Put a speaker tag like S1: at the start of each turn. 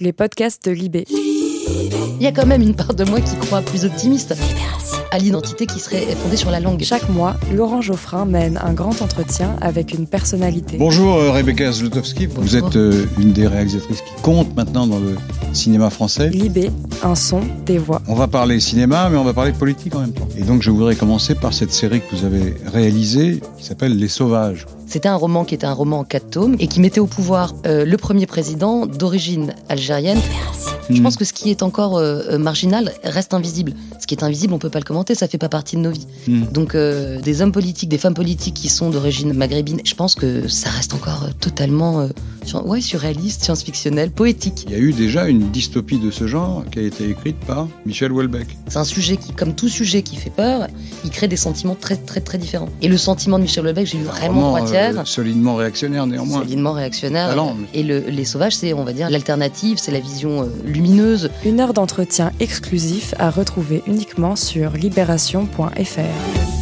S1: les podcasts de Libé.
S2: Il y a quand même une part de moi qui croit plus optimiste à l'identité qui serait fondée sur la langue.
S1: Chaque mois, Laurent Geoffrin mène un grand entretien avec une personnalité.
S3: Bonjour euh, Rebecca Zlotowski, vous
S2: Bonjour.
S3: êtes euh, une des réalisatrices qui compte maintenant dans le cinéma français.
S1: Libé, un son, des voix.
S3: On va parler cinéma, mais on va parler politique en même temps. Et donc je voudrais commencer par cette série que vous avez réalisée qui s'appelle Les Sauvages.
S2: C'était un roman qui était un roman en quatre tomes et qui mettait au pouvoir euh, le premier président d'origine algérienne. Je
S3: Hmm.
S2: pense que ce qui est encore euh, euh, marginal reste invisible. Ce qui est invisible, on peut pas le commenter, ça fait pas partie de nos vies.
S3: Hmm.
S2: Donc euh, des hommes politiques, des femmes politiques qui sont d'origine maghrébine, je pense que ça reste encore euh, totalement euh, sur- ouais, surréaliste, science-fictionnel, poétique.
S3: Il y a eu déjà une dystopie de ce genre qui a été écrite par Michel Houellebecq.
S2: C'est un sujet qui, comme tout sujet qui fait peur, il crée des sentiments très très très différents. Et le sentiment de Michel Houellebecq, j'ai eu vraiment
S3: Roman,
S2: trois tiers.
S3: euh, solidement réactionnaire néanmoins.
S2: solidement euh, réactionnaire.
S3: Talent,
S2: Et le- les sauvages, c'est, on va dire, l'alternative, c'est la vision euh, lumineuse.
S1: Une heure d'entretien exclusif à retrouver uniquement sur libération.fr.